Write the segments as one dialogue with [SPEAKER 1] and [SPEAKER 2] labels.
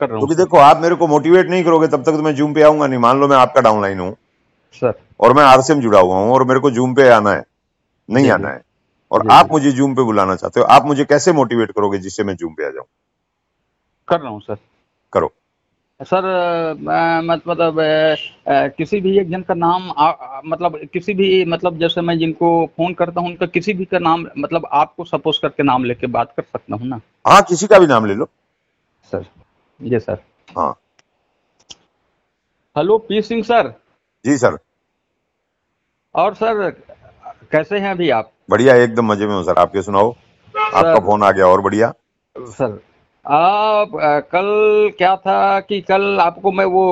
[SPEAKER 1] कर रहा
[SPEAKER 2] तो
[SPEAKER 1] हूँ
[SPEAKER 2] भी देखो आप मेरे को मोटिवेट नहीं करोगे तब तक तो मैं जूम पे आऊंगा नहीं मान लो मैं आपका डाउनलाइन हूँ
[SPEAKER 1] सर
[SPEAKER 2] और मैं आरसीएम जुड़ा हुआ हूँ और मेरे को जूम पे आना है नहीं
[SPEAKER 1] जी,
[SPEAKER 2] आना
[SPEAKER 1] जी।
[SPEAKER 2] है और
[SPEAKER 1] जी,
[SPEAKER 2] आप
[SPEAKER 1] जी।
[SPEAKER 2] मुझे जूम पे बुलाना चाहते हो आप मुझे कैसे मोटिवेट करोगे जिससे मैं जूम पे आ जाऊं
[SPEAKER 1] कर रहा हूँ सर
[SPEAKER 2] करो
[SPEAKER 1] सर अ, मत मतलब अ, अ, किसी भी एक जन का नाम आ, आ, मतलब किसी भी मतलब जैसे मैं जिनको फोन करता हूँ उनका किसी भी का नाम मतलब आपको सपोज करके नाम लेके बात कर सकता हूँ ना
[SPEAKER 2] हाँ किसी का भी नाम ले लो
[SPEAKER 1] सर जी सर
[SPEAKER 2] हाँ
[SPEAKER 1] हेलो पी सिंह सर
[SPEAKER 2] जी सर
[SPEAKER 1] और सर कैसे हैं अभी आप
[SPEAKER 2] बढ़िया एकदम मजे में हो सर आपके सुनाओ आपका फोन आ गया और बढ़िया
[SPEAKER 1] सर आप अ, कल क्या था कि कल आपको मैं वो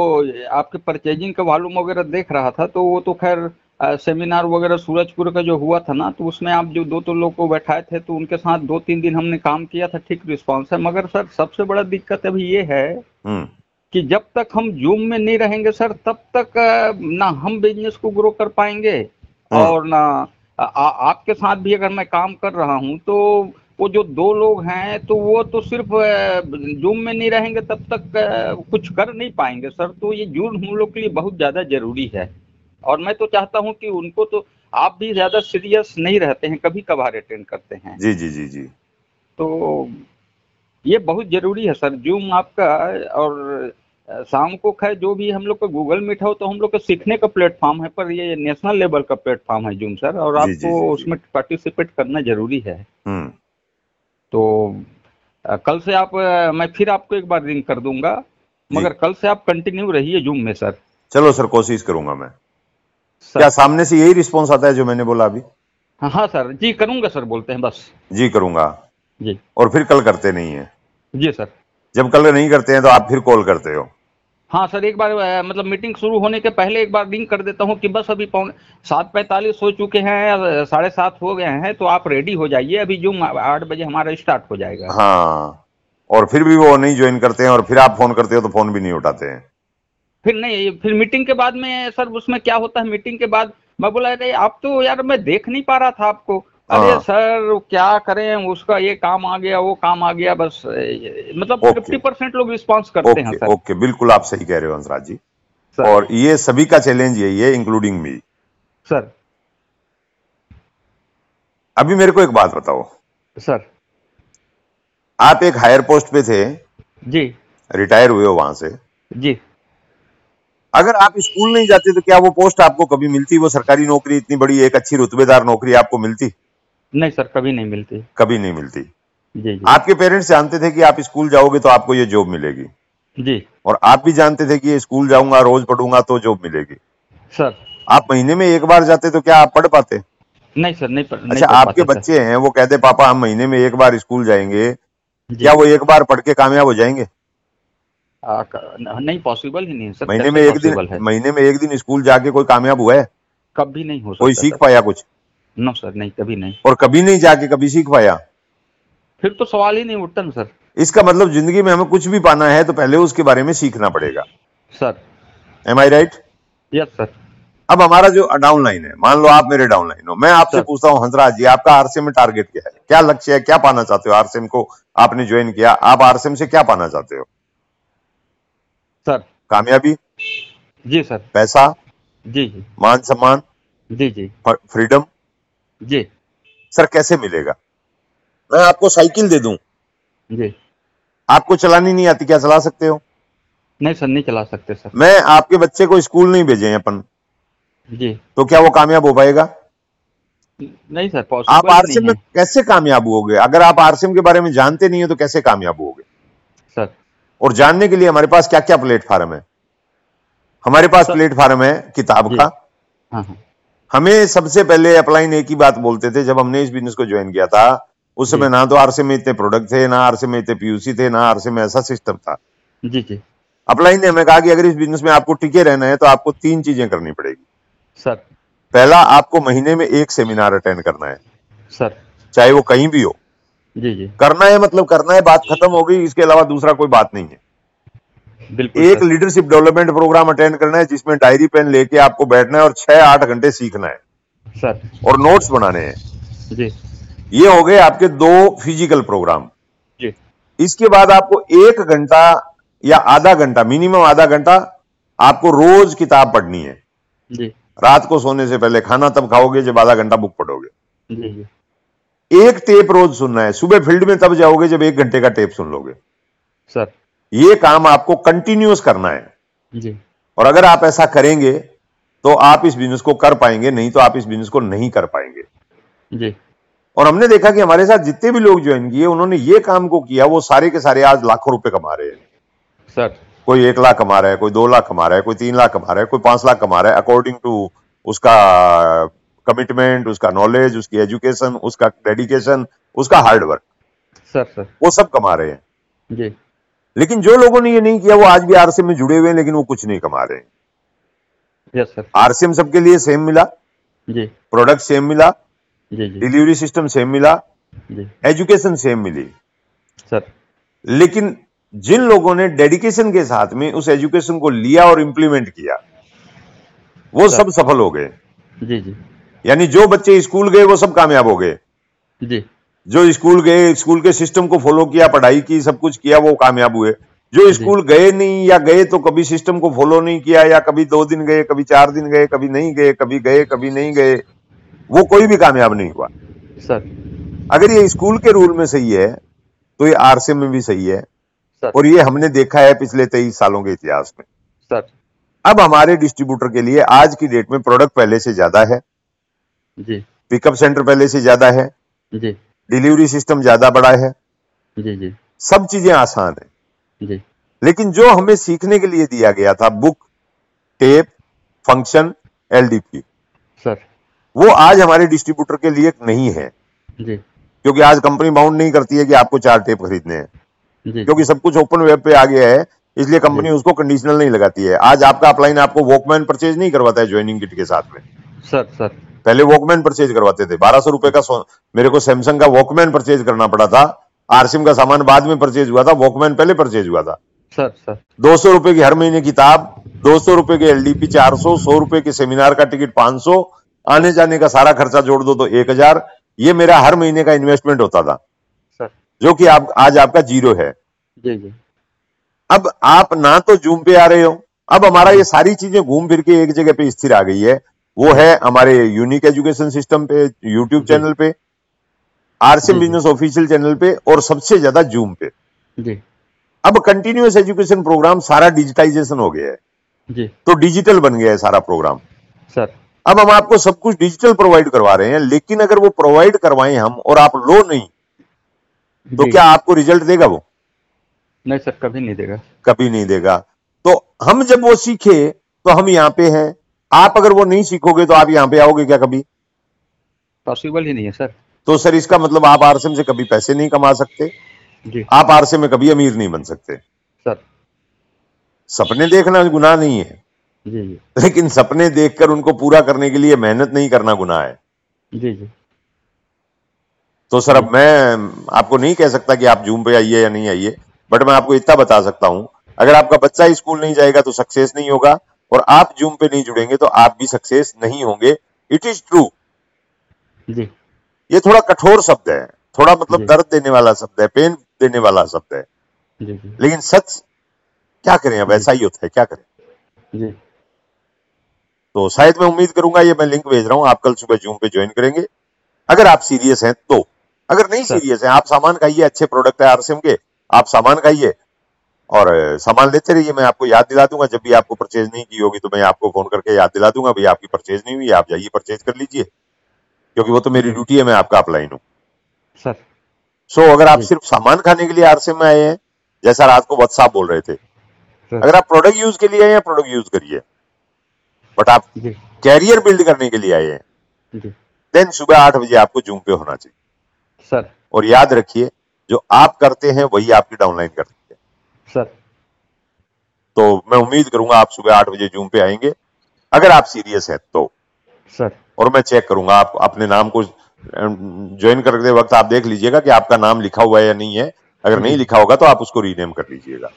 [SPEAKER 1] आपके परचेजिंग का वॉल्यूम वगैरह देख रहा था तो वो तो खैर अ, सेमिनार वगैरह सूरजपुर का जो हुआ था ना तो उसमें आप जो दो तो लोग को बैठाए थे तो उनके साथ दो तीन दिन हमने काम किया था ठीक रिस्पॉन्स है मगर सर सबसे बड़ा दिक्कत अभी ये है
[SPEAKER 2] हम्म
[SPEAKER 1] कि जब तक हम जूम में नहीं रहेंगे सर तब तक अ, ना हम बिजनेस को ग्रो कर पाएंगे और ना आ, आ, आपके साथ भी अगर मैं काम कर रहा हूं तो वो जो दो लोग हैं तो वो तो सिर्फ जूम में नहीं रहेंगे तब तक अ, कुछ कर नहीं पाएंगे सर तो ये जूम हम लोग के लिए बहुत ज़्यादा जरूरी है और मैं तो चाहता हूं कि उनको तो आप भी ज़्यादा सीरियस नहीं रहते हैं कभी कभार अटेंड करते हैं
[SPEAKER 2] जी जी जी जी
[SPEAKER 1] तो ये बहुत जरूरी है सर जूम आपका और अ, शाम को खैर जो भी हम लोग का गूगल मीट हो तो हम लोग का सीखने का प्लेटफॉर्म है पर ये नेशनल लेवल का प्लेटफॉर्म है जूम सर और
[SPEAKER 2] जी, जी,
[SPEAKER 1] आपको
[SPEAKER 2] जी, जी।
[SPEAKER 1] उसमें पार्टिसिपेट करना जरूरी है
[SPEAKER 2] हम्म
[SPEAKER 1] तो अ, कल से आप अ, मैं फिर आपको एक बार रिंग कर दूंगा
[SPEAKER 2] जी।
[SPEAKER 1] मगर कल से आप कंटिन्यू रहिए जूम में सर
[SPEAKER 2] चलो सर कोशिश करूंगा मैं क्या
[SPEAKER 1] सर
[SPEAKER 2] सामने से यही रिस्पॉन्स आता है जो मैंने बोला अभी
[SPEAKER 1] हाँ हाँ सर जी करूंगा सर बोलते हैं बस
[SPEAKER 2] जी करूंगा
[SPEAKER 1] जी
[SPEAKER 2] और फिर कल करते नहीं है
[SPEAKER 1] जी सर
[SPEAKER 2] जब कल नहीं करते हैं तो आप फिर कॉल करते हो
[SPEAKER 1] हाँ सर एक बार अ, मतलब मीटिंग शुरू होने के पहले एक बार रिंग कर देता हूँ कि बस अभी पौने सात पैंतालीस हो चुके हैं अ, साढ़े सात हो गए हैं तो आप रेडी हो जाइए अभी जूम आठ बजे हमारा स्टार्ट हो जाएगा
[SPEAKER 2] हाँ और फिर भी वो नहीं ज्वाइन करते हैं और फिर आप फोन करते हो तो फोन भी नहीं उठाते हैं
[SPEAKER 1] फिर नहीं फिर मीटिंग के बाद में सर उसमें क्या होता है मीटिंग के बाद मैं बोला अरे आप तो यार मैं देख नहीं पा रहा था आपको अरे
[SPEAKER 2] हाँ।
[SPEAKER 1] सर क्या करें उसका ये काम आ गया वो काम आ गया बस अ, ये- मतलब
[SPEAKER 2] Okay.
[SPEAKER 1] फिफ्टी परसेंट लोग रिस्पॉन्स करते हैं हाँ,
[SPEAKER 2] ओके
[SPEAKER 1] सर
[SPEAKER 2] ओके बिल्कुल आप सही कह रहे हो हंसराज जी
[SPEAKER 1] सर
[SPEAKER 2] और ये सभी का चैलेंज यही है इंक्लूडिंग मी
[SPEAKER 1] सर
[SPEAKER 2] अभी मेरे को एक बात बताओ
[SPEAKER 1] सर
[SPEAKER 2] आप एक हायर पोस्ट पे थे
[SPEAKER 1] जी
[SPEAKER 2] रिटायर हुए हो वहां से
[SPEAKER 1] जी
[SPEAKER 2] अगर आप स्कूल नहीं जाते तो क्या वो पोस्ट आपको कभी मिलती वो सरकारी नौकरी इतनी बड़ी एक अच्छी रुतबेदार नौकरी आपको मिलती
[SPEAKER 1] नहीं सर कभी नहीं मिलती
[SPEAKER 2] कभी नहीं मिलती
[SPEAKER 1] जी जी
[SPEAKER 2] आपके पेरेंट्स जानते थे कि आप स्कूल जाओगे तो आपको ये जॉब मिलेगी
[SPEAKER 1] जी
[SPEAKER 2] और आप भी जानते थे कि ये स्कूल जाऊंगा रोज पढ़ूंगा तो जॉब मिलेगी
[SPEAKER 1] सर
[SPEAKER 2] आप महीने में एक बार जाते तो क्या आप पढ़ पाते
[SPEAKER 1] नहीं सर नहीं पढ़ नहीं
[SPEAKER 2] अच्छा
[SPEAKER 1] पढ़
[SPEAKER 2] आपके
[SPEAKER 1] पाते
[SPEAKER 2] बच्चे हैं वो कहते पापा हम महीने में एक बार स्कूल जाएंगे
[SPEAKER 1] सर जी
[SPEAKER 2] क्या वो एक बार पढ़ के कामयाब हो जाएंगे
[SPEAKER 1] आ, क- न- नहीं पॉसिबल ही नहीं है सर
[SPEAKER 2] महीने
[SPEAKER 1] कैसे
[SPEAKER 2] में एक दिन
[SPEAKER 1] पॉसिबल है
[SPEAKER 2] महीने में एक दिन स्कूल जाके कोई कामयाब हुआ है
[SPEAKER 1] कभी नहीं हो
[SPEAKER 2] कोई
[SPEAKER 1] सकता
[SPEAKER 2] सीख
[SPEAKER 1] सर
[SPEAKER 2] पाया कुछ
[SPEAKER 1] नो सर नहीं कभी नहीं
[SPEAKER 2] और कभी नहीं जाके कभी सीख पाया
[SPEAKER 1] फिर तो सवाल ही नहीं उठता ना सर
[SPEAKER 2] इसका मतलब जिंदगी में हमें कुछ भी पाना है तो पहले उसके बारे में सीखना पड़ेगा
[SPEAKER 1] sir
[SPEAKER 2] am I right
[SPEAKER 1] yes sir
[SPEAKER 2] अब हमारा जो डाउनलाइन है मान लो आप मेरे डाउनलाइन हो मैं आपसे
[SPEAKER 1] सर।
[SPEAKER 2] पूछता हूँ हंसराज जी आपका आरसीएम में टारगेट क्या है क्या लक्ष्य है क्या पाना चाहते हो आरसीएम को आपने ज्वाइन किया आप आरसीएम से क्या पाना चाहते हो
[SPEAKER 1] सर
[SPEAKER 2] कामयाबी
[SPEAKER 1] जी सर
[SPEAKER 2] पैसा
[SPEAKER 1] जी जी
[SPEAKER 2] मान सम्मान
[SPEAKER 1] जी जी
[SPEAKER 2] फ्रीडम
[SPEAKER 1] जी
[SPEAKER 2] सर कैसे मिलेगा मैं आपको साइकिल दे दूं
[SPEAKER 1] जी
[SPEAKER 2] आपको चलानी नहीं आती क्या चला सकते हो
[SPEAKER 1] नहीं सर नहीं चला सकते सर
[SPEAKER 2] मैं आपके बच्चे को स्कूल नहीं भेजे हैं अपन
[SPEAKER 1] जी
[SPEAKER 2] तो क्या वो कामयाब हो पाएगा
[SPEAKER 1] नहीं सर
[SPEAKER 2] आप
[SPEAKER 1] पॉसिबल ही
[SPEAKER 2] आरसीएम
[SPEAKER 1] नहीं
[SPEAKER 2] में
[SPEAKER 1] है
[SPEAKER 2] कैसे कामयाब होगे अगर आप आरसीएम के बारे में जानते नहीं हो तो कैसे कामयाब होगे
[SPEAKER 1] सर
[SPEAKER 2] और जानने के लिए हमारे पास क्या क्या प्लेटफॉर्म है हमारे पास
[SPEAKER 1] सर-
[SPEAKER 2] प्लेटफॉर्म है किताब
[SPEAKER 1] जी
[SPEAKER 2] का
[SPEAKER 1] हाँ हाँ
[SPEAKER 2] हमें सबसे पहले अप्लाइन एक ही बात बोलते थे जब हमने इस बिजनेस को ज्वाइन किया था उस
[SPEAKER 1] जी।
[SPEAKER 2] समय ना तो आरसीएम में इतने प्रोडक्ट थे ना आरसीएम में इतने पीयूसी थे ना आरसीएम में ऐसा सिस्टम था
[SPEAKER 1] जी जी
[SPEAKER 2] अपलाइन ने हमें कहा कि अगर इस बिजनेस में आपको टिके रहना है तो आपको तीन चीजें करनी पड़ेगी
[SPEAKER 1] सर
[SPEAKER 2] पहला आपको महीने में एक सेमिनार अटेंड करना है
[SPEAKER 1] सर
[SPEAKER 2] चाहे वो कहीं भी हो
[SPEAKER 1] जी जी
[SPEAKER 2] करना है मतलब करना है बात खत्म हो गई इसके अलावा दूसरा कोई बात नहीं है
[SPEAKER 1] बिल्कुल
[SPEAKER 2] एक
[SPEAKER 1] sir
[SPEAKER 2] leadership development programme attend करना है जिसमें डायरी पेन लेके आपको बैठना है और छह आठ घंटे सीखना है
[SPEAKER 1] सर
[SPEAKER 2] और नोट्स बनाने हैं
[SPEAKER 1] जी
[SPEAKER 2] ये हो गए आपके दो फिजिकल प्रोग्राम
[SPEAKER 1] जी
[SPEAKER 2] इसके बाद आपको एक घंटा या आधा घंटा मिनिमम आधा घंटा आपको रोज किताब पढ़नी है
[SPEAKER 1] जी
[SPEAKER 2] रात को सोने से पहले खाना तब खाओगे जब आधा घंटा बुक पढ़ोगे
[SPEAKER 1] जी जी
[SPEAKER 2] एक टेप रोज सुनना है सुबह फील्ड में तब जाओगे जब एक घंटे का टेप सुन लोगे
[SPEAKER 1] सर
[SPEAKER 2] ये काम आपको कंटिन्यूस करना है
[SPEAKER 1] जी
[SPEAKER 2] और अगर आप ऐसा करेंगे तो आप इस बिजनेस को कर पाएंगे नहीं तो आप इस बिजनेस को नहीं कर पाएंगे
[SPEAKER 1] जी
[SPEAKER 2] और हमने देखा कि हमारे साथ जितने भी लोग ज्वाइन किए उन्होंने ये काम को किया वो सारे के सारे आज लाखों रुपए कमा रहे हैं
[SPEAKER 1] सर
[SPEAKER 2] कोई एक लाख कमा रहा है कोई दो लाख कमा रहा है कोई तीन लाख कमा रहा है कोई पांच लाख कमा रहा है अकॉर्डिंग टू उसका कमिटमेंट उसका नॉलेज उसकी एजुकेशन उसका डेडिकेशन उसका हार्डवर्क
[SPEAKER 1] सर सर
[SPEAKER 2] वो सब कमा रहे हैं
[SPEAKER 1] जी
[SPEAKER 2] लेकिन जो लोगों ने ये नहीं किया वो आज भी आरसीएम में जुड़े हुए हैं लेकिन वो कुछ नहीं कमा रहे हैं
[SPEAKER 1] यस सर
[SPEAKER 2] आरसीएम सबके लिए सेम मिला
[SPEAKER 1] जी
[SPEAKER 2] प्रोडक्ट सेम मिला
[SPEAKER 1] जी जी
[SPEAKER 2] डिलीवरी सिस्टम सेम मिला
[SPEAKER 1] जी
[SPEAKER 2] एजुकेशन सेम मिली
[SPEAKER 1] सर
[SPEAKER 2] लेकिन जिन लोगों ने डेडिकेशन के साथ में उस एजुकेशन को लिया और इम्प्लीमेंट किया वो सब सफल हो गए
[SPEAKER 1] जी जी
[SPEAKER 2] यानी जो बच्चे स्कूल गए वो सब कामयाब हो गए
[SPEAKER 1] जी
[SPEAKER 2] जो स्कूल गए स्कूल के सिस्टम को फॉलो किया पढ़ाई की सब कुछ किया वो कामयाब हुए जो स्कूल गए नहीं या गए तो कभी सिस्टम को फॉलो नहीं किया या कभी दो दिन गए कभी चार दिन गए कभी नहीं गए कभी गए कभी नहीं गए वो कोई भी कामयाब नहीं हुआ
[SPEAKER 1] सर
[SPEAKER 2] अगर ये स्कूल के रूल में सही है तो ये आरसीएम में भी सही है
[SPEAKER 1] सर
[SPEAKER 2] और ये हमने देखा है पिछले तेईस सालों के इतिहास में
[SPEAKER 1] सर
[SPEAKER 2] अब हमारे डिस्ट्रीब्यूटर के लिए आज की डेट में प्रोडक्ट पहले से ज्यादा है
[SPEAKER 1] जी
[SPEAKER 2] पिकअप सेंटर पहले से ज्यादा है
[SPEAKER 1] जी
[SPEAKER 2] डिलीवरी सिस्टम ज्यादा बड़ा है
[SPEAKER 1] जी जी
[SPEAKER 2] सब चीजें आसान है
[SPEAKER 1] जी
[SPEAKER 2] लेकिन जो हमें सीखने के लिए दिया गया था book tape function LDP
[SPEAKER 1] sir
[SPEAKER 2] वो आज हमारे डिस्ट्रीब्यूटर के लिए नहीं है
[SPEAKER 1] जी
[SPEAKER 2] क्योंकि आज कंपनी बाउंड नहीं करती है कि आपको चार टेप खरीदने हैं
[SPEAKER 1] जी
[SPEAKER 2] क्योंकि सब कुछ ओपन वेब पे आ गया है इसलिए कंपनी उसको कंडीशनल नहीं लगाती है आज आपका अपलाइन आपको वॉकमैन परचेज नहीं करवाता है ज्वाइनिंग किट के साथ में
[SPEAKER 1] सर सर
[SPEAKER 2] पहले वॉकमैन परचेज करवाते थे बारह सौ रुपए का सो- मेरे को सैमसंग का वॉकमैन परचेज करना पड़ा था आरसीएम का सामान बाद में परचेज हुआ था वॉकमैन पहले परचेज हुआ था
[SPEAKER 1] सर सर
[SPEAKER 2] दो सौ रुपए की हर महीने किताब दो सौ रुपए की एलडीपी चार सौ सौ रुपए के सेमिनार का टिकट पांच सौ आने जाने का सारा खर्चा जोड़ दो तो एक हजार ये मेरा हर महीने का इन्वेस्टमेंट होता था
[SPEAKER 1] सर
[SPEAKER 2] जो कि आप आज आपका जीरो है
[SPEAKER 1] जी जी
[SPEAKER 2] अब आप ना तो जूम पे आ रहे हो अब हमारा ये सारी चीजें घूम फिर के एक जगह पे स्थिर आ गई है वो है हमारे यूनिक एजुकेशन सिस्टम पे यूट्यूब चैनल पे आरसीएम बिजनेस ऑफिशियल चैनल पे और सबसे ज्यादा जूम पे
[SPEAKER 1] जी
[SPEAKER 2] अब कंटिन्यूस एजुकेशन प्रोग्राम सारा डिजिटाइजेशन हो गया है
[SPEAKER 1] जी
[SPEAKER 2] तो डिजिटल बन गया है सारा प्रोग्राम
[SPEAKER 1] सर
[SPEAKER 2] अब हम आपको सब कुछ डिजिटल प्रोवाइड करवा रहे हैं लेकिन अगर वो प्रोवाइड करवाएं हम और आप लो नहीं तो
[SPEAKER 1] जी।
[SPEAKER 2] क्या आपको रिजल्ट देगा वो
[SPEAKER 1] नहीं सर कभी नहीं देगा
[SPEAKER 2] कभी नहीं देगा तो हम जब वो सीखे तो हम यहाँ पे हैं आप अगर वो नहीं सीखोगे तो आप यहाँ पे आओगे क्या कभी
[SPEAKER 1] पॉसिबल ही नहीं है सर
[SPEAKER 2] तो सर इसका मतलब आप आरसीएम से कभी पैसे नहीं कमा सकते
[SPEAKER 1] जी
[SPEAKER 2] आप आरसीएम में कभी अमीर नहीं बन सकते
[SPEAKER 1] सर
[SPEAKER 2] सपने देखना गुनाह नहीं है
[SPEAKER 1] जी जी
[SPEAKER 2] लेकिन सपने देखकर उनको पूरा करने के लिए मेहनत नहीं करना गुनाह है
[SPEAKER 1] जी जी
[SPEAKER 2] तो सर अब मैं आपको नहीं कह सकता कि आप जूम पे आइए या नहीं आइए बट मैं आपको इतना बता सकता हूं अगर आपका बच्चा स्कूल नहीं जाएगा तो सक्सेस नहीं होगा और आप जूम पे नहीं जुड़ेंगे तो आप भी सक्सेस नहीं होंगे इट इज ट्रू
[SPEAKER 1] जी
[SPEAKER 2] ये थोड़ा कठोर शब्द है थोड़ा मतलब
[SPEAKER 1] जी।
[SPEAKER 2] दर्द देने वाला शब्द है पेन देने वाला शब्द है
[SPEAKER 1] जी जी
[SPEAKER 2] लेकिन सच क्या करें अब ऐसा ही होता है क्या करें
[SPEAKER 1] जी
[SPEAKER 2] तो शायद मैं उम्मीद करूंगा ये मैं लिंक भेज रहा हूँ आप कल सुबह जूम पे ज्वाइन करेंगे अगर आप सीरियस हैं तो अगर नहीं
[SPEAKER 1] सर।
[SPEAKER 2] सीरियस हैं आप सामान खाइए अच्छे प्रोडक्ट है आरसीएम के आप सामान खाइए और अ, सामान लेते रहिए मैं आपको याद दिला दूंगा जब भी आपको परचेज नहीं की होगी तो मैं आपको फोन करके याद दिला दूंगा भैया आपकी परचेज नहीं हुई आप जाइए परचेज कर लीजिए क्योंकि वो तो मेरी ड्यूटी है मैं आपका अपलाइन हूँ
[SPEAKER 1] सर
[SPEAKER 2] सो अगर आप
[SPEAKER 1] जी।
[SPEAKER 2] सिर्फ सामान खाने के लिए आरसीएम में आए हैं जैसा रात को व्हाट्सएप बोल रहे थे
[SPEAKER 1] सर
[SPEAKER 2] अगर आप प्रोडक्ट यूज के लिए आए हैं प्रोडक्ट यूज करिए बट आप
[SPEAKER 1] जी
[SPEAKER 2] कैरियर बिल्ड करने के लिए आए हैं
[SPEAKER 1] जी
[SPEAKER 2] देन सुबह आठ बजे आपको जूम पे होना चाहिए
[SPEAKER 1] सर
[SPEAKER 2] और याद रखिए जो आप करते हैं वही आपकी डाउनलाइन करती है
[SPEAKER 1] सर
[SPEAKER 2] तो मैं उम्मीद करूंगा आप सुबह आठ बजे जूम पे आएंगे अगर आप सीरियस हैं तो
[SPEAKER 1] सर
[SPEAKER 2] और मैं चेक करूंगा आप अपने नाम को ज्वाइन करते वक्त आप देख लीजिएगा कि आपका नाम लिखा हुआ है या नहीं है अगर नहीं लिखा होगा तो आप उसको रीनेम कर लीजिएगा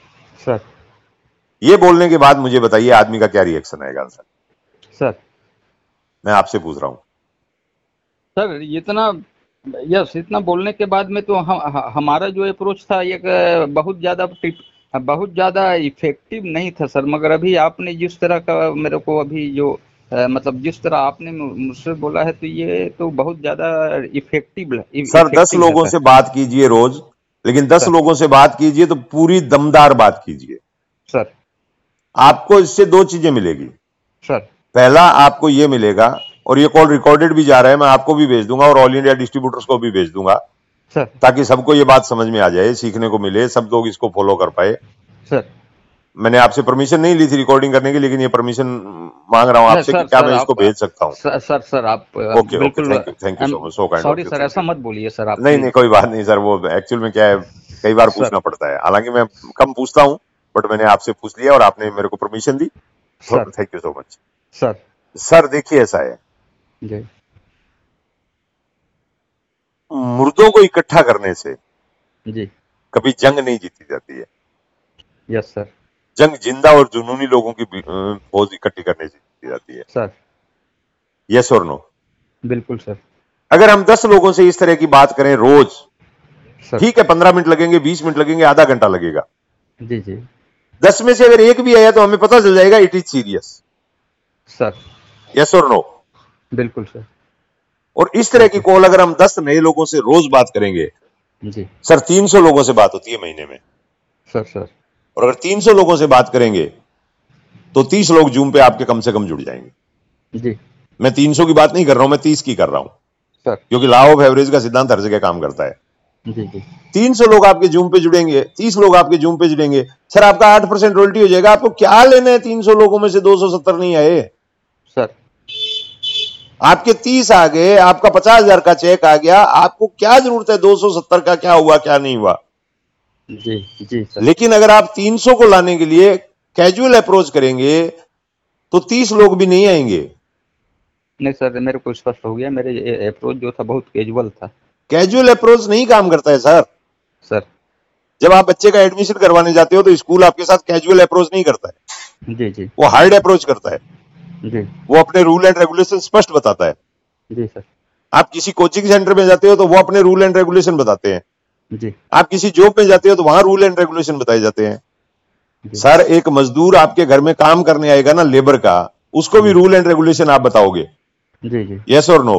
[SPEAKER 1] सर
[SPEAKER 2] ये बोलने के बाद मुझे बताइए आदमी का क्या रिएक्शन आएगा सर
[SPEAKER 1] सर
[SPEAKER 2] मैं आपसे पूछ रहा हूँ
[SPEAKER 1] सर इतना यस इतना बोलने के बाद में तो हम ह- हमारा जो अप्रोच था एक अ, बहुत ज़्यादा बहुत ज़्यादा इफेक्टिव नहीं था सर मगर अभी आपने जिस तरह का मेरे को अभी जो अ, मतलब जिस तरह आपने मु- मुझसे बोला है तो ये तो बहुत ज़्यादा इफेक्टिव ल-
[SPEAKER 2] सर दस
[SPEAKER 1] इफेक्टिव है
[SPEAKER 2] लोगों
[SPEAKER 1] सर।
[SPEAKER 2] से बात कीजिए रोज लेकिन दस
[SPEAKER 1] सर।
[SPEAKER 2] लोगों से बात कीजिए तो पूरी दमदार बात कीजिए
[SPEAKER 1] सर
[SPEAKER 2] आपको इससे दो चीजें मिलेगी
[SPEAKER 1] सर
[SPEAKER 2] पहला आपको ये मिलेगा और ये कॉल रिकॉर्डेड भी जा रहा है मैं आपको भी भेज दूंगा और ऑल इंडिया डिस्ट्रीब्यूटर्स को भी भेज दूंगा
[SPEAKER 1] सर
[SPEAKER 2] ताकि सबको ये बात समझ में आ जाए सीखने को मिले सब लोग इसको फॉलो कर पाए
[SPEAKER 1] सर
[SPEAKER 2] मैंने आपसे परमिशन नहीं ली थी रिकॉर्डिंग करने की लेकिन ये परमिशन मांग रहा हूँ
[SPEAKER 1] नहीं,
[SPEAKER 2] आपसे
[SPEAKER 1] सर,
[SPEAKER 2] कि क्या
[SPEAKER 1] सर,
[SPEAKER 2] मैं इसको
[SPEAKER 1] आप-
[SPEAKER 2] भेज सकता हूँ
[SPEAKER 1] सर सर सर आप अ,
[SPEAKER 2] ओके,
[SPEAKER 1] बिल्कुल
[SPEAKER 2] thank you, thank you so much, so kind of
[SPEAKER 1] sorry
[SPEAKER 2] you,
[SPEAKER 1] sir
[SPEAKER 2] thank
[SPEAKER 1] ऐसा मत बोलिए सर आप
[SPEAKER 2] नहीं नहीं कोई बात नहीं सर वो एक्चुअल में क्या है कई बार
[SPEAKER 1] सर।
[SPEAKER 2] पूछना पड़ता है हालांकि मैं कम पूछता हूँ बट मैंने आपसे पूछ लिया और आपने मेरे को परमिशन दी
[SPEAKER 1] sir
[SPEAKER 2] thank you so much
[SPEAKER 1] sir
[SPEAKER 2] sir देखिए ऐसा है
[SPEAKER 1] जी
[SPEAKER 2] मुर्दों को इकट्ठा करने से
[SPEAKER 1] जी
[SPEAKER 2] कभी जंग नहीं जीती जाती है
[SPEAKER 1] यस सर
[SPEAKER 2] जंग जिंदा और जुनूनी लोगों की भी- अ, फौज इकट्ठी करने से जीती जाती है
[SPEAKER 1] सर
[SPEAKER 2] यस और नो
[SPEAKER 1] बिल्कुल सर
[SPEAKER 2] अगर हम दस लोगों से इस तरह की बात करें रोज
[SPEAKER 1] सर
[SPEAKER 2] ठीक है पंद्रह मिनट लगेंगे बीस मिनट लगेंगे आधा घंटा लगेगा
[SPEAKER 1] जी जी
[SPEAKER 2] दस में से अगर एक भी आया तो हमें पता चल जाएगा it is serious
[SPEAKER 1] sir
[SPEAKER 2] yes और नो
[SPEAKER 1] बिल्कुल सर
[SPEAKER 2] और इस तरह की कॉल अगर हम दस नए लोगों से रोज बात करेंगे
[SPEAKER 1] जी
[SPEAKER 2] सर 300 लोगों से बात होती है महीने में
[SPEAKER 1] सर सर
[SPEAKER 2] और अगर 300 लोगों से बात करेंगे तो 30 लोग जूम पे आपके कम से कम जुड़ जाएंगे
[SPEAKER 1] जी
[SPEAKER 2] मैं 300 की बात नहीं कर रहा हूं मैं 30 की कर रहा हूं
[SPEAKER 1] सर
[SPEAKER 2] क्योंकि लॉ ऑफ एवरेज का सिद्धांत हर जगह काम करता है
[SPEAKER 1] जी जी
[SPEAKER 2] 300 लोग आपके जूम पे जुड़ेंगे 30 लोग आपके जूम पे जुड़ेंगे सर आपका 8 परसेंट रॉयल्टी हो जाएगा आपको क्या लेना है 300 लोगों में से 270 नहीं आए
[SPEAKER 1] सर
[SPEAKER 2] आपके 30 आ गए आपका 50000 का चेक आ गया आपको क्या जरूरत है 270 का क्या हुआ क्या नहीं हुआ
[SPEAKER 1] जी जी सर
[SPEAKER 2] लेकिन अगर आप 300 को लाने के लिए कैजुअल अप्रोच करेंगे तो 30 लोग भी नहीं आएंगे
[SPEAKER 1] नहीं सर मेरे को स्पष्ट हो गया मेरे अप्रोच जो था बहुत कैजुअल था
[SPEAKER 2] कैजुअल अप्रोच नहीं काम करता है सर
[SPEAKER 1] सर
[SPEAKER 2] जब आप बच्चे का एडमिशन करवाने जाते हो तो स्कूल आपके साथ कैजुअल अप्रोच नहीं करता है
[SPEAKER 1] जी जी
[SPEAKER 2] वो हार्ड अप्रोच करता है
[SPEAKER 1] जी
[SPEAKER 2] वो अपने रूल एंड रेगुलेशन स्पष्ट बताता है
[SPEAKER 1] जी सर
[SPEAKER 2] आप किसी कोचिंग सेंटर में जाते हो तो वो अपने रूल एंड रेगुलेशन बताते हैं
[SPEAKER 1] जी
[SPEAKER 2] आप किसी जॉब में जाते हो तो वहां रूल एंड रेगुलेशन बताए जाते हैं
[SPEAKER 1] जी
[SPEAKER 2] सर एक मजदूर आपके घर में काम करने आएगा ना लेबर का उसको भी रूल एंड रेगुलेशन आप बताओगे
[SPEAKER 1] जी जी
[SPEAKER 2] यस और नो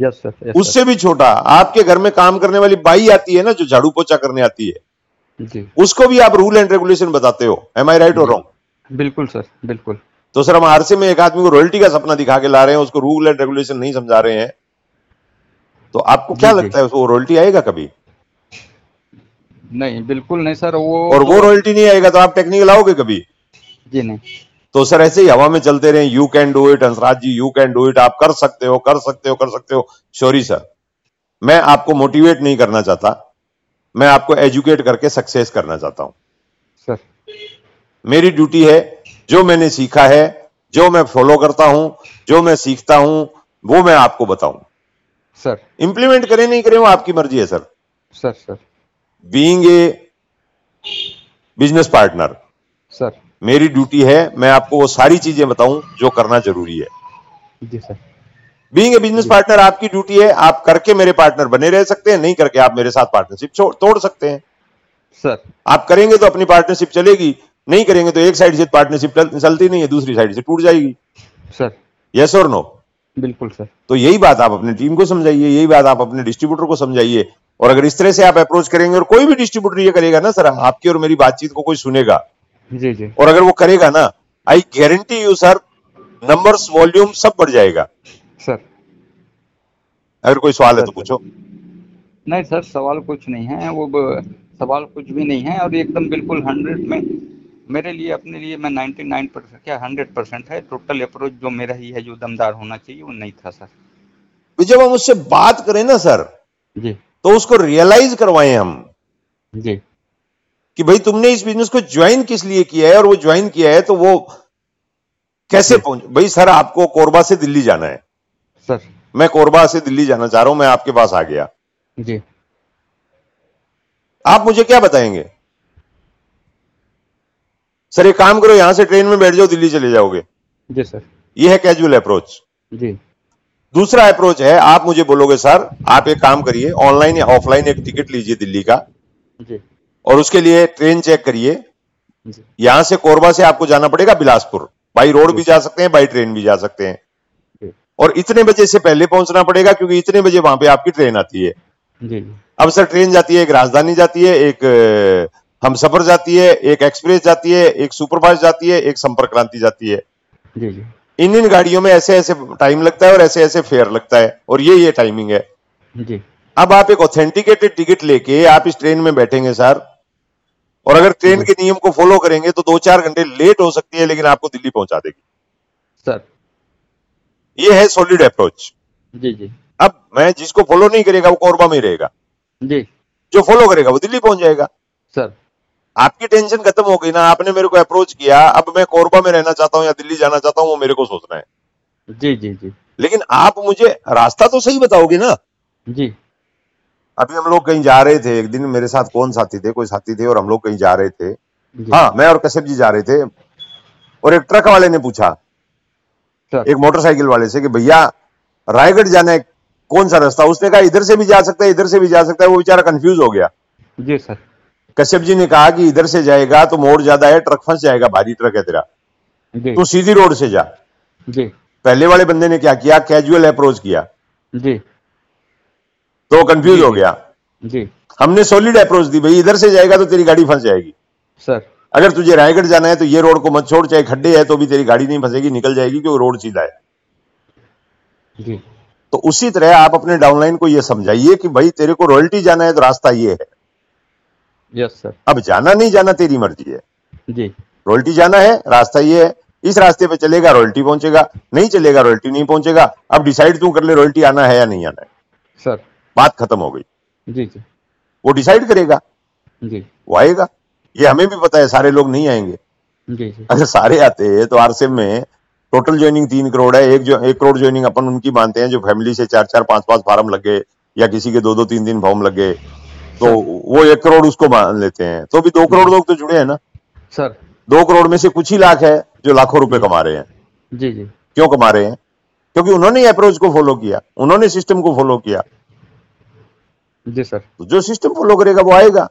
[SPEAKER 1] यस सर यस
[SPEAKER 2] उससे भी छोटा आपके घर में काम करने वाली बाई आती है ना जो झाड़ू पोछा करने आती है
[SPEAKER 1] सर जी
[SPEAKER 2] उसको भी आप रूल एंड रेगुलेशन बताते हो एम आई राइट और रॉन्ग
[SPEAKER 1] बिल्कुल सर बिल्कुल
[SPEAKER 2] तो सर हम आरसे में एक आदमी को रॉयल्टी का सपना दिखा के ला रहे हैं उसको रूल एंड रेगुलेशन नहीं समझा रहे हैं तो आपको क्या
[SPEAKER 1] जी, तो- जी।
[SPEAKER 2] लगता है उसको रॉयल्टी आएगा कभी
[SPEAKER 1] नहीं बिल्कुल नहीं सर वो
[SPEAKER 2] और वो रॉयल्टी नहीं आएगा तो आप टेक्निकल आओगे कभी
[SPEAKER 1] जी नहीं
[SPEAKER 2] तो सर ऐसे ही हवा में चलते रहे you can do it Hansraj ji you can do it आप कर सकते हो कर सकते हो कर सकते हो सॉरी सर मैं आपको मोटिवेट नहीं करना चाहता मैं आपको एजुकेट करके सक्सेस करना चाहता हूं
[SPEAKER 1] सर
[SPEAKER 2] मेरी ड्यूटी है जो मैंने सीखा है जो मैं फॉलो करता हूं जो मैं सीखता हूं वो मैं आपको बताऊं
[SPEAKER 1] सर
[SPEAKER 2] इंप्लीमेंट करें नहीं करें वो आपकी मर्जी है sir
[SPEAKER 1] sir sir
[SPEAKER 2] being a business partner
[SPEAKER 1] sir
[SPEAKER 2] मेरी ड्यूटी है मैं आपको वो सारी चीजें बताऊं जो करना जरूरी है
[SPEAKER 1] जी sir
[SPEAKER 2] being a business partner आपकी ड्यूटी है आप करके मेरे पार्टनर बने रह सकते हैं नहीं करके आप मेरे साथ पार्टनरशिप तोड़ सकते हैं
[SPEAKER 1] सर
[SPEAKER 2] आप करेंगे तो अपनी पार्टनरशिप चलेगी नहीं करेंगे तो एक साइड से पार्टनरशिप चलती नहीं है दूसरी साइड से टूट जाएगी
[SPEAKER 1] सर
[SPEAKER 2] यस और नो
[SPEAKER 1] बिल्कुल सर
[SPEAKER 2] तो यही बात आप अपनी टीम को समझाइए यही बात आप अपने डिस्ट्रीब्यूटर को समझाइए और अगर इस तरह से आप अप्रोच करेंगे और कोई भी डिस्ट्रीब्यूटर ये करेगा ना सर आपकी और मेरी बातचीत को कोई सुनेगा
[SPEAKER 1] जी जी
[SPEAKER 2] और अगर वो करेगा ना I guarantee you sir numbers volume सब बढ़ जाएगा
[SPEAKER 1] सर
[SPEAKER 2] अगर कोई सवाल
[SPEAKER 1] सर,
[SPEAKER 2] है तो
[SPEAKER 1] सर।
[SPEAKER 2] पूछो
[SPEAKER 1] नहीं सर सवाल कुछ नहीं है वो ब- सवाल कुछ भी नहीं है और एकदम बिल्कुल हंड्रेड में मेरे लिए अपने लिए मैं नाइन्टी नाइन परसेंट क्या हंड्रेड परसेंट है टोटल अप्रोच जो मेरा ही है जो दमदार होना चाहिए वो नहीं था सर
[SPEAKER 2] तो जब हम उससे बात करें ना सर
[SPEAKER 1] जी
[SPEAKER 2] तो उसको रियलाइज करवाएं हम
[SPEAKER 1] जी
[SPEAKER 2] कि भाई तुमने इस बिजनेस को ज्वाइन किस लिए किया है और वो ज्वाइन किया है तो वो कैसे पहुंच भाई सर आपको कोरबा से दिल्ली जाना है
[SPEAKER 1] सर
[SPEAKER 2] मैं कोरबा से दिल्ली जाना चाह रहा हूं मैं आपके पास आ गया
[SPEAKER 1] जी
[SPEAKER 2] आप मुझे क्या बताएंगे सर एक काम करो यहां से ट्रेन में बैठ जाओ दिल्ली चले जाओगे
[SPEAKER 1] जी सर
[SPEAKER 2] ये है कैजुअल अप्रोच
[SPEAKER 1] जी
[SPEAKER 2] दूसरा अप्रोच है आप मुझे बोलोगे सर आप एक काम करिए ऑनलाइन या ऑफलाइन एक टिकट लीजिए दिल्ली का
[SPEAKER 1] जी
[SPEAKER 2] और उसके लिए ट्रेन चेक करिए
[SPEAKER 3] जी
[SPEAKER 2] यहाँ से कोरबा से आपको जाना पड़ेगा बिलासपुर बाई रोड भी जा सकते हैं बाई ट्रेन भी जा सकते हैं
[SPEAKER 3] जी।
[SPEAKER 2] और इतने बजे से पहले पहुंचना पड़ेगा क्योंकि इतने बजे वहां पे आपकी ट्रेन आती है
[SPEAKER 3] जी जी
[SPEAKER 2] अब सर ट्रेन जाती है एक राजधानी जाती है एक हम सफर जाती है एक एक्सप्रेस जाती है एक सुपरफास्ट जाती है एक संपर्क क्रांति जाती है
[SPEAKER 3] जी जी
[SPEAKER 2] इन इन गाड़ियों में ऐसे ऐसे टाइम लगता है और ऐसे ऐसे फेयर लगता है और ये ये टाइमिंग है
[SPEAKER 3] जी
[SPEAKER 2] अब आप एक ऑथेंटिकेटेड टिकट लेके आप इस ट्रेन में बैठेंगे सर और अगर ट्रेन के नियम को फॉलो करेंगे तो दो चार घंटे लेट हो सकती है लेकिन आपको दिल्ली पहुंचा देगी
[SPEAKER 3] सर
[SPEAKER 2] ये है सॉलिड अप्रोच
[SPEAKER 3] जी जी
[SPEAKER 2] अब मैं जिसको फॉलो नहीं करेगा वो कोरबा में ही रहेगा
[SPEAKER 3] जी
[SPEAKER 2] जो फॉलो करेगा वो दिल्ली पहुंच जाएगा
[SPEAKER 3] सर
[SPEAKER 2] आपकी टेंशन खत्म हो गई ना आपने मेरे को अप्रोच किया अब मैं कोरबा में रहना चाहता हूँ या दिल्ली जाना चाहता हूँ वो मेरे को सोचना है
[SPEAKER 3] जी जी जी
[SPEAKER 2] लेकिन आप मुझे रास्ता तो सही बताओगे ना
[SPEAKER 3] जी
[SPEAKER 2] अभी हम लोग कहीं जा रहे थे एक दिन मेरे साथ कौन साथी थे कोई साथी थे और हम लोग कहीं जा रहे थे
[SPEAKER 3] जी
[SPEAKER 2] हाँ मैं और कश्यप जी जा रहे थे और एक ट्रक वाले ने पूछा
[SPEAKER 3] सर
[SPEAKER 2] एक मोटरसाइकिल वाले से कि भैया रायगढ़ जाना है कौन सा रास्ता उसने कहा इधर से भी जा सकता है इधर से भी जा सकता है वो बेचारा कंफ्यूज हो गया
[SPEAKER 3] जी सर
[SPEAKER 2] कश्यप जी ने कहा कि इधर से जाएगा तो मोड़ ज्यादा है ट्रक फंस जाएगा भारी ट्रक है तेरा
[SPEAKER 3] जी
[SPEAKER 2] तू सीधी रोड से जा
[SPEAKER 3] जी
[SPEAKER 2] पहले वाले बंदे ने क्या किया कैजुअल अप्रोच किया
[SPEAKER 3] जी
[SPEAKER 2] तो वो कंफ्यूज हो गया
[SPEAKER 3] जी
[SPEAKER 2] हमने सॉलिड अप्रोच दी भाई इधर से जाएगा तो तेरी गाड़ी फंस जाएगी
[SPEAKER 3] सर
[SPEAKER 2] अगर तुझे रायगढ़ जाना है तो ये रोड को मत छोड़ चाहे खड्डे है तो भी तेरी गाड़ी नहीं फंसेगी निकल जाएगी क्योंकि रोड सीधा है
[SPEAKER 3] जी
[SPEAKER 2] तो उसी तरह आप अपने डाउनलाइन को ये समझाइए कि भाई तेरे को रॉयल्टी जाना है तो रास्ता ये है
[SPEAKER 3] यस सर
[SPEAKER 2] अब जाना नहीं जाना तेरी मर्जी है
[SPEAKER 3] जी
[SPEAKER 2] रॉयल्टी जाना है रास्ता ये है इस रास्ते पे चलेगा रॉयल्टी पहुंचेगा नहीं चलेगा रॉयल्टी नहीं पहुंचेगा अब डिसाइड तू कर ले रॉयल्टी आना है या नहीं आना है
[SPEAKER 3] सर
[SPEAKER 2] बात खत्म हो गई
[SPEAKER 3] जी जी
[SPEAKER 2] वो डिसाइड करेगा
[SPEAKER 3] जी
[SPEAKER 2] वो आएगा ये हमें भी पता है सारे लोग नहीं आएंगे
[SPEAKER 3] जी जी
[SPEAKER 2] अगर सारे आते हैं तो आरसेम में टोटल ज्वाइनिंग तीन करोड़ है एक जो एक करोड़ ज्वाइनिंग अपन उनकी मानते हैं जो फैमिली से चार चार पांच पांच फार्म लग गए या किसी के दो दो तीन तीन फॉर्म लग गए तो वो एक करोड़ उसको मान लेते हैं तो भी दो करोड़ लोग तो जुड़े हैं ना
[SPEAKER 3] सर
[SPEAKER 2] दो करोड़ में से कुछ ही लाख है जो लाखों रुपए कमा रहे हैं
[SPEAKER 3] जी जी
[SPEAKER 2] क्यों कमा रहे हैं क्योंकि उन्होंने ही अप्रोच को फॉलो किया उन्होंने सिस्टम को फॉलो किया
[SPEAKER 3] जी सर
[SPEAKER 2] तो जो सिस्टम फॉलो करेगा वो आएगा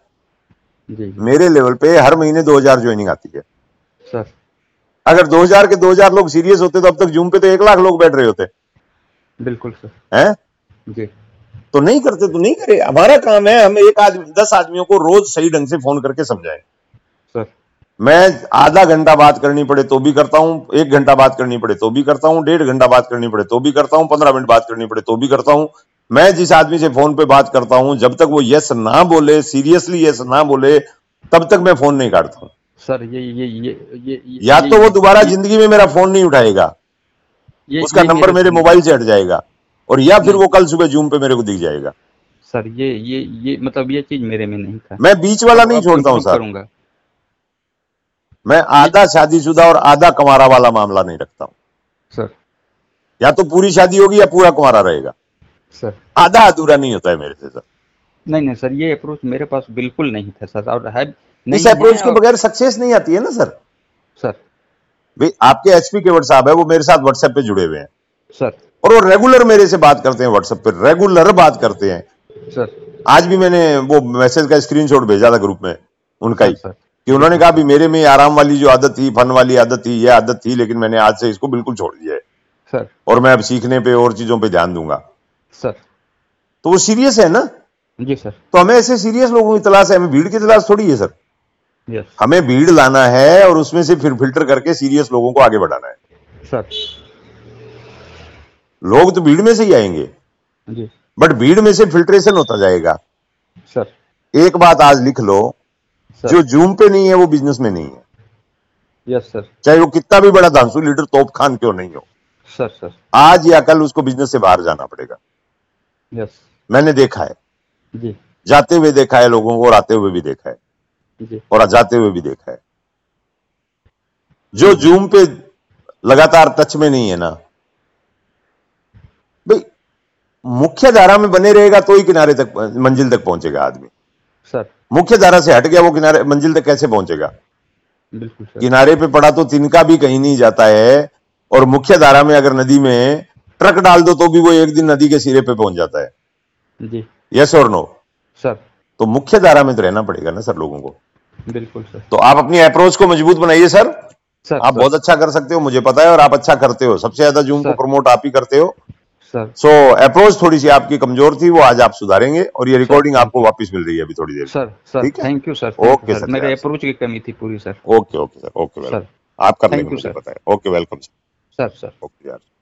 [SPEAKER 3] जी जी
[SPEAKER 2] मेरे लेवल पे हर महीने 2000 ज्वाइनिंग आती है
[SPEAKER 3] सर
[SPEAKER 2] अगर 2000 के 2000 लोग सीरियस होते तो अब तक जूम पे तो एक लाख लोग बैठ रहे होते
[SPEAKER 3] बिल्कुल सर
[SPEAKER 2] हैं
[SPEAKER 3] जी
[SPEAKER 2] तो नहीं करते तो नहीं करे हमारा काम है हम एक आदमी दस आदमियों को रोज सही ढंग से फोन करके समझाएं
[SPEAKER 3] सर
[SPEAKER 2] मैं आधा घंटा बात करनी पड़े तो भी करता हूँ एक घंटा बात करनी पड़े तो भी करता हूँ डेढ़ घंटा बात करनी पड़े तो भी करता हूँ पंद्रह मिनट बात करनी पड़े तो भी करता हूँ मैं जिस आदमी से फोन पे बात करता हूँ जब तक वो यस ना बोले सीरियसली यस ना बोले तब तक मैं फोन नहीं काटता हूँ
[SPEAKER 3] सर ये ये ये ये ये-
[SPEAKER 2] या
[SPEAKER 3] ये-
[SPEAKER 2] तो वो
[SPEAKER 3] ये-
[SPEAKER 2] दोबारा
[SPEAKER 3] ये-
[SPEAKER 2] जिंदगी में मेरा फोन नहीं उठाएगा
[SPEAKER 3] ये-
[SPEAKER 2] उसका
[SPEAKER 3] ये
[SPEAKER 2] नंबर मेरे
[SPEAKER 3] सामने-
[SPEAKER 2] मोबाइल से हट जाएगा और या फिर वो कल सुबह जूम पे मेरे को दिख जाएगा
[SPEAKER 3] सर ये ये ये मतलब ये चीज मेरे में नहीं था
[SPEAKER 2] मैं बीच वाला नहीं
[SPEAKER 3] अब
[SPEAKER 2] छोड़ता हूँ
[SPEAKER 3] improve
[SPEAKER 2] सर
[SPEAKER 3] करूंगा
[SPEAKER 2] मैं आधा शादीशुदा और आधा कुंवारा वाला मामला नहीं रखता हूँ
[SPEAKER 3] सर
[SPEAKER 2] या तो पूरी शादी होगी या पूरा कुंवारा रहेगा
[SPEAKER 3] सर
[SPEAKER 2] आधा अधूरा नहीं होता है मेरे से सर
[SPEAKER 3] नहीं नहीं सर ये अप्रोच मेरे पास बिल्कुल नहीं था सर और है नहीं
[SPEAKER 2] इस
[SPEAKER 3] है
[SPEAKER 2] अप्रोच के
[SPEAKER 3] और-
[SPEAKER 2] बगैर सक्सेस नहीं आती है ना सर
[SPEAKER 3] सर
[SPEAKER 2] भाई आपके एचपी केवट साहब है वो मेरे साथ व्हाट्सएप पे जुड़े हुए हैं
[SPEAKER 3] सर
[SPEAKER 2] और वो रेगुलर मेरे से बात करते हैं व्हाट्सएप पे रेगुलर बात करते हैं
[SPEAKER 3] सर
[SPEAKER 2] आज भी मैंने वो मैसेज का स्क्रीनशॉट भेजा था ग्रुप में उनका ही
[SPEAKER 3] सर, सर
[SPEAKER 2] कि उन्होंने कहा भी मेरे में आराम वाली जो आदत थी फन वाली आदत थी ये आदत थी लेकिन मैंने आज से इसको बिल्कुल छोड़ दिया है
[SPEAKER 3] सर
[SPEAKER 2] और मैं अब सीखने पे और चीजों पे ध्यान दूंगा
[SPEAKER 3] सर
[SPEAKER 2] तो वो सीरियस है ना
[SPEAKER 3] जी सर
[SPEAKER 2] तो हमें ऐसे सीरियस लोगों की तलाश है हमें भीड़ की तलाश थोड़ी है सर
[SPEAKER 3] यस
[SPEAKER 2] हमें भीड़ लाना है और उसमें से फिर फिल्टर करके सीरियस लोगों को आगे बढ़ाना है
[SPEAKER 3] सर
[SPEAKER 2] लोग तो भीड़ में से ही आएंगे
[SPEAKER 3] जी
[SPEAKER 2] बट भीड़ में से फिल्ट्रेशन होता जाएगा
[SPEAKER 3] सर
[SPEAKER 2] एक बात आज लिख लो
[SPEAKER 3] सर
[SPEAKER 2] जो जूम पे नहीं है वो बिजनेस में नहीं है
[SPEAKER 3] यस सर
[SPEAKER 2] चाहे वो कितना भी बड़ा धांसू लीडर तोप खान क्यों नहीं हो
[SPEAKER 3] सर सर
[SPEAKER 2] आज या कल उसको बिजनेस से बाहर जाना पड़ेगा
[SPEAKER 3] यस
[SPEAKER 2] मैंने देखा है
[SPEAKER 3] जी
[SPEAKER 2] जाते हुए देखा है लोगों को और आते हुए भी देखा है
[SPEAKER 3] जी
[SPEAKER 2] और जाते हुए भी देखा है जो जूम पे लगातार टच में नहीं है ना भाई मुख्य धारा में बने रहेगा तो ही किनारे तक मंजिल तक पहुंचेगा आदमी
[SPEAKER 3] सर
[SPEAKER 2] मुख्य धारा से हट गया वो किनारे मंजिल तक कैसे पहुंचेगा
[SPEAKER 3] बिल्कुल सर
[SPEAKER 2] किनारे पे पड़ा तो तिनका भी कहीं नहीं जाता है और मुख्य धारा में अगर नदी में ट्रक डाल दो तो भी वो एक दिन नदी के सिरे पे पहुंच जाता है
[SPEAKER 3] जी
[SPEAKER 2] यस और नो
[SPEAKER 3] सर
[SPEAKER 2] तो मुख्य धारा में तो रहना पड़ेगा ना सर लोगों को
[SPEAKER 1] बिल्कुल सर
[SPEAKER 2] तो आप अपनी अप्रोच को मजबूत बनाइए सर
[SPEAKER 1] सर
[SPEAKER 2] आप बहुत अच्छा कर सकते हो मुझे पता है और आप अच्छा करते हो सबसे ज्यादा जूम को
[SPEAKER 1] सर।
[SPEAKER 2] प्रमोट आप ही करते हो
[SPEAKER 1] सर
[SPEAKER 2] सो अप्रोच थोड़ी सी आपकी कमजोर थी वो आज आप सुधारेंगे और ये रिकॉर्डिंग आपको वापस मिल रही है अभी थोड़ी देर
[SPEAKER 1] सर सर
[SPEAKER 2] ठीक है?
[SPEAKER 1] Thank you sir
[SPEAKER 2] Okay,
[SPEAKER 1] okay
[SPEAKER 2] sir,
[SPEAKER 1] sir मेरे
[SPEAKER 2] yes.
[SPEAKER 1] अप्रोच की कमी थी पूरी सर
[SPEAKER 2] में okay okay sir okay
[SPEAKER 1] sir
[SPEAKER 2] welcome आप कर लेंगे
[SPEAKER 1] Thank you,
[SPEAKER 2] मुझे
[SPEAKER 1] sir.
[SPEAKER 2] पता है okay welcome sir
[SPEAKER 1] sir sir
[SPEAKER 2] okay यार